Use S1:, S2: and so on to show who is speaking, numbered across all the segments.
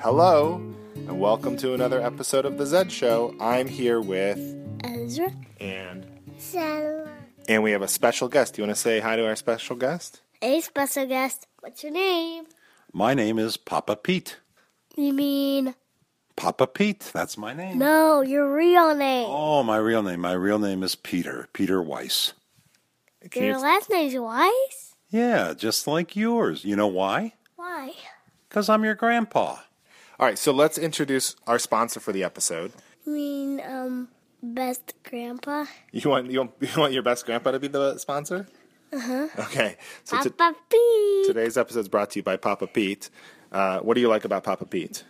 S1: Hello, and welcome to another episode of The Zed Show. I'm here with.
S2: Ezra.
S1: And.
S2: Sarah.
S1: And we have a special guest. Do you want to say hi to our special guest?
S2: Hey, special guest. What's your name?
S3: My name is Papa Pete.
S2: You mean
S3: Papa Pete, that's my name.
S2: no? Your real name.
S3: Oh, my real name. My real name is Peter, Peter Weiss.
S1: Can
S2: your
S1: you-
S2: last name's Wise.
S3: Yeah, just like yours. You know why?
S2: Why?
S3: Because I'm your grandpa.
S1: All right, so let's introduce our sponsor for the episode.
S2: You mean um best grandpa?
S1: You want you want, you want your best grandpa to be the sponsor? Uh-huh. Okay. So to-
S2: Papa Pete.
S1: today's episode is brought to you by Papa Pete. Uh, what do you like about Papa Pete?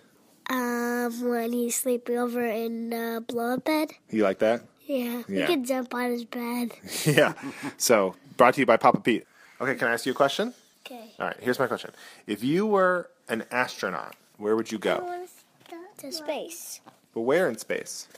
S2: Um, when he's sleeping over in the blow up bed.
S1: You like that?
S2: Yeah.
S1: Yeah.
S2: He can jump on his bed.
S1: yeah. So brought to you by Papa Pete. Okay, can I ask you a question?
S2: Okay.
S1: All right, here's my question. If you were an astronaut, where would you go?
S2: To space.
S1: But where in space?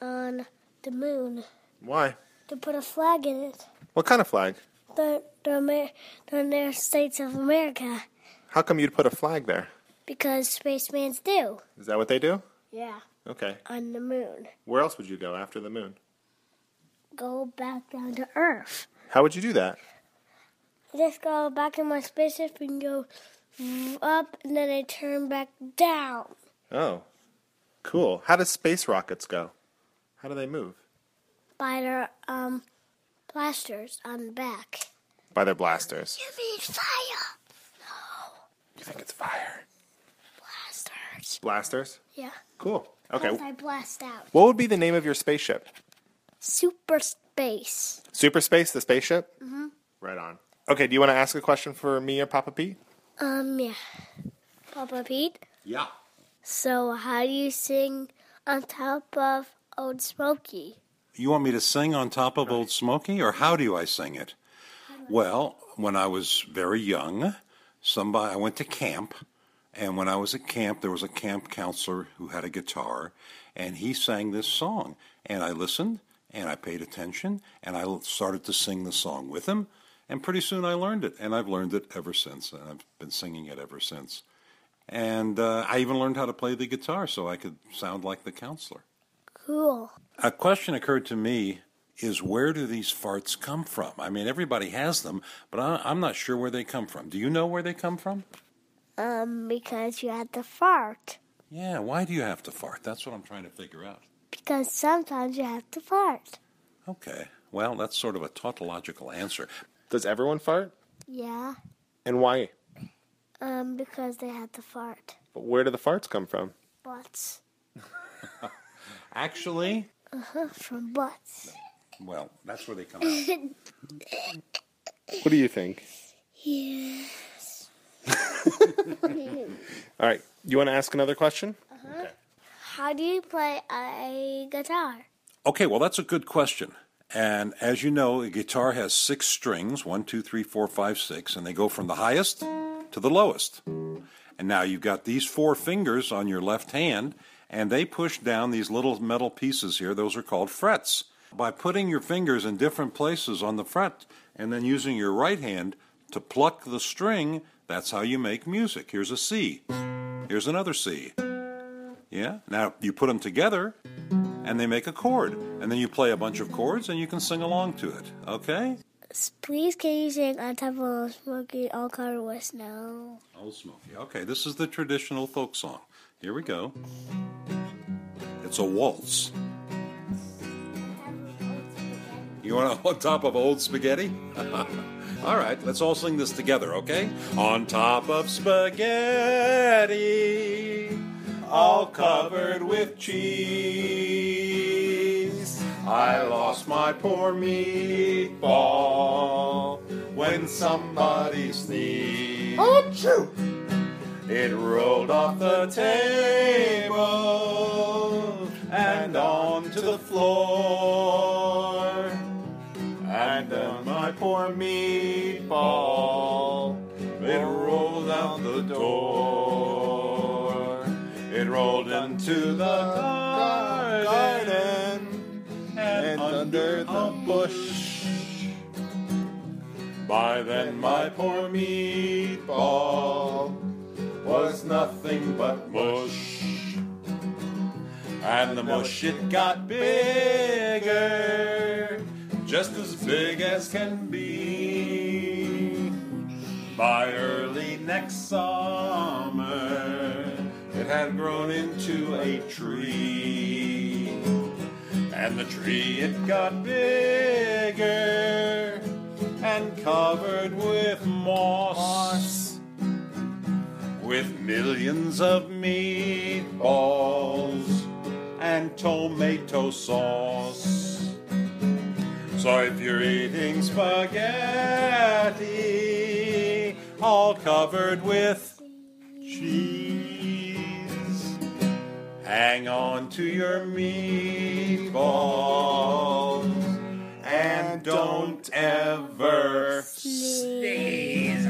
S2: On the moon.
S1: Why?
S2: To put a flag in it.
S1: What kind of flag?
S2: The the, Amer- the United States of America.
S1: How come you'd put a flag there?
S2: Because spacemans do.
S1: Is that what they do?
S2: Yeah.
S1: Okay.
S2: On the moon.
S1: Where else would you go after the moon?
S2: Go back down to Earth.
S1: How would you do that?
S2: Just go back in my spaceship and go up, and then I turn back down.
S1: Oh, cool. How do space rockets go? How do they move?
S2: By their um, blasters on the back.
S1: By their blasters.
S2: You mean fire?
S1: You think it's fire?
S2: Blasters.
S1: Blasters?
S2: Yeah.
S1: Cool. Okay.
S2: As I blast out.
S1: What would be the name of your spaceship?
S2: Super space.
S1: Super Space, the spaceship? Mm-hmm. Right on. Okay, do you want to ask a question for me or Papa Pete?
S2: Um, yeah. Papa Pete,
S3: Yeah.
S2: so how do you sing on top of Old Smoky?
S3: You want me to sing on top of Old Smoky, or how do I sing it? Well, when I was very young, somebody I went to camp, and when I was at camp, there was a camp counselor who had a guitar, and he sang this song, and I listened, and I paid attention, and I started to sing the song with him, and pretty soon I learned it, and I've learned it ever since, and I've been singing it ever since, and uh, I even learned how to play the guitar so I could sound like the counselor.
S2: Cool.
S3: A question occurred to me is where do these farts come from? I mean, everybody has them, but I, I'm not sure where they come from. Do you know where they come from?
S2: Um, because you had to fart.
S3: Yeah, why do you have to fart? That's what I'm trying to figure out.
S2: Because sometimes you have to fart.
S3: Okay, well, that's sort of a tautological answer.
S1: Does everyone fart?
S2: Yeah,
S1: And why?
S2: um, because they had to fart.
S1: But where do the farts come from?
S2: Butts.
S3: Actually,
S2: Uh-huh, from butts.
S3: well, that's where they come out.
S1: What do you think?
S2: Yeah.
S1: All right, you want to ask another question?
S2: How do you play a guitar?
S3: Okay, well, that's a good question. And as you know, a guitar has six strings one, two, three, four, five, six, and they go from the highest to the lowest. And now you've got these four fingers on your left hand, and they push down these little metal pieces here. Those are called frets. By putting your fingers in different places on the fret and then using your right hand to pluck the string, that's how you make music. Here's a C. Here's another C. Yeah? Now you put them together and they make a chord. And then you play a bunch of chords and you can sing along to it. Okay?
S2: S- Please can you sing on top of smoky all covered with snow?
S3: Old Smoky. Okay, this is the traditional folk song. Here we go. It's a waltz. You want to on top of old spaghetti? all right, let's all sing this together, okay? On top of spaghetti, all covered with cheese. I lost my poor meatball when somebody sneezed. It rolled off the table and onto the floor. And then my poor meatball, it rolled out the door. It rolled into the garden and under the bush. By then, my poor meatball was nothing but mush. And the more shit got bigger, just as big as can be. By early next summer, it had grown into a tree. And the tree it got bigger and covered with moss. With millions of meatballs and tomato sauce. So if you're eating spaghetti, all covered with cheese, hang on to your meatballs and don't ever sneeze.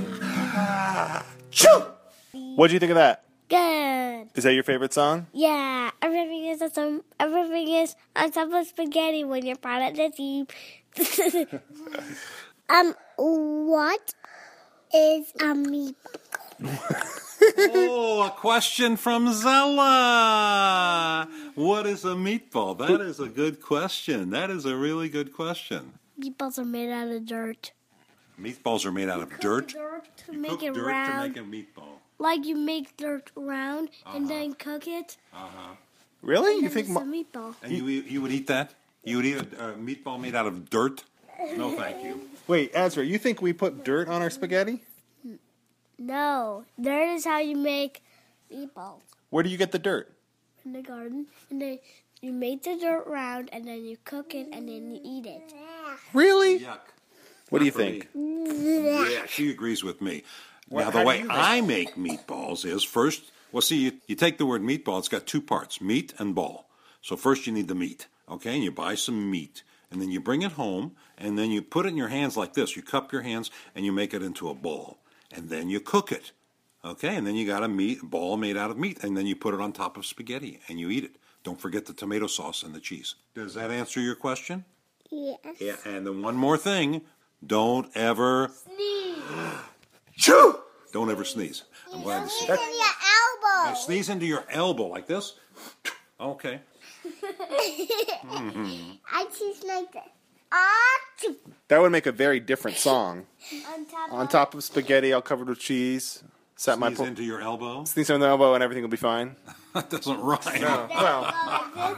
S1: Choo! What do you think of that?
S2: Good.
S1: Is that your favorite song?
S2: Yeah, everything is on some, everything is on top of spaghetti when you're part of the team. um, what is um, a meatball?
S3: Oh, a question from Zella. What is a meatball? That is a good question. That is a really good question.
S2: Meatballs are made out of dirt.
S3: Meatballs are made out of dirt.
S2: Dirt to make
S3: Cook
S2: it Uh-huh.
S3: dirt
S2: round,
S3: to make a meatball.
S2: like you make dirt round and then cook it.
S1: Really?
S2: and
S1: You
S2: then
S1: think?
S2: it's
S1: mo-
S2: a meatball?
S3: And you you would eat that? You would eat a, a meatball made out of dirt? No, thank you.
S1: Wait, Ezra, you think we put dirt on our spaghetti?
S2: No, dirt is how you make meatballs
S1: Where do you get the dirt?
S2: in the garden, and then you make the dirt round, and then you cook it, and then you eat it.
S1: Really?
S3: Yuck.
S1: What do you
S3: for
S1: think?
S3: Yeah, she agrees with me. now,
S1: how
S3: the
S1: do
S3: way
S1: you make
S3: I make meatballs is first, well, see, you, you take the word meatball, it's got two parts meat and ball. So, first you need the meat, okay? And you buy some meat, and then you bring it home, and then you put it in your hands like this. You cup your hands, and you make it into a ball, and then you cook it, okay? And then you got a meat ball made out of meat, and then you put it on top of spaghetti, and you eat it. Don't forget the tomato sauce and the cheese. Does that answer your question?
S2: Yes.
S3: Yeah, and then one more thing don't ever
S1: Choo!
S3: Don't ever sneeze. I'm glad to see.
S4: It's in your elbow.
S3: Now sneeze into your elbow like this. Okay.
S4: I cheese like this. Ah, choo.
S1: That would make a very different song.
S4: on top.
S1: on top of spaghetti, all covered with cheese. Set my
S3: Sneeze
S1: pl-
S3: into your elbow.
S1: sneeze on the elbow, and everything will be fine.
S3: That doesn't rhyme.
S1: well,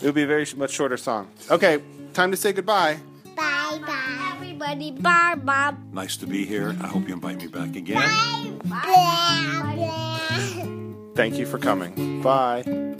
S1: it would be a very sh- much shorter song. Okay, time to say goodbye.
S4: Bye bye.
S2: Everybody, bar bob.
S3: Nice to be here. I hope you invite me back again.
S4: Bye bye.
S1: Thank you for coming. Bye.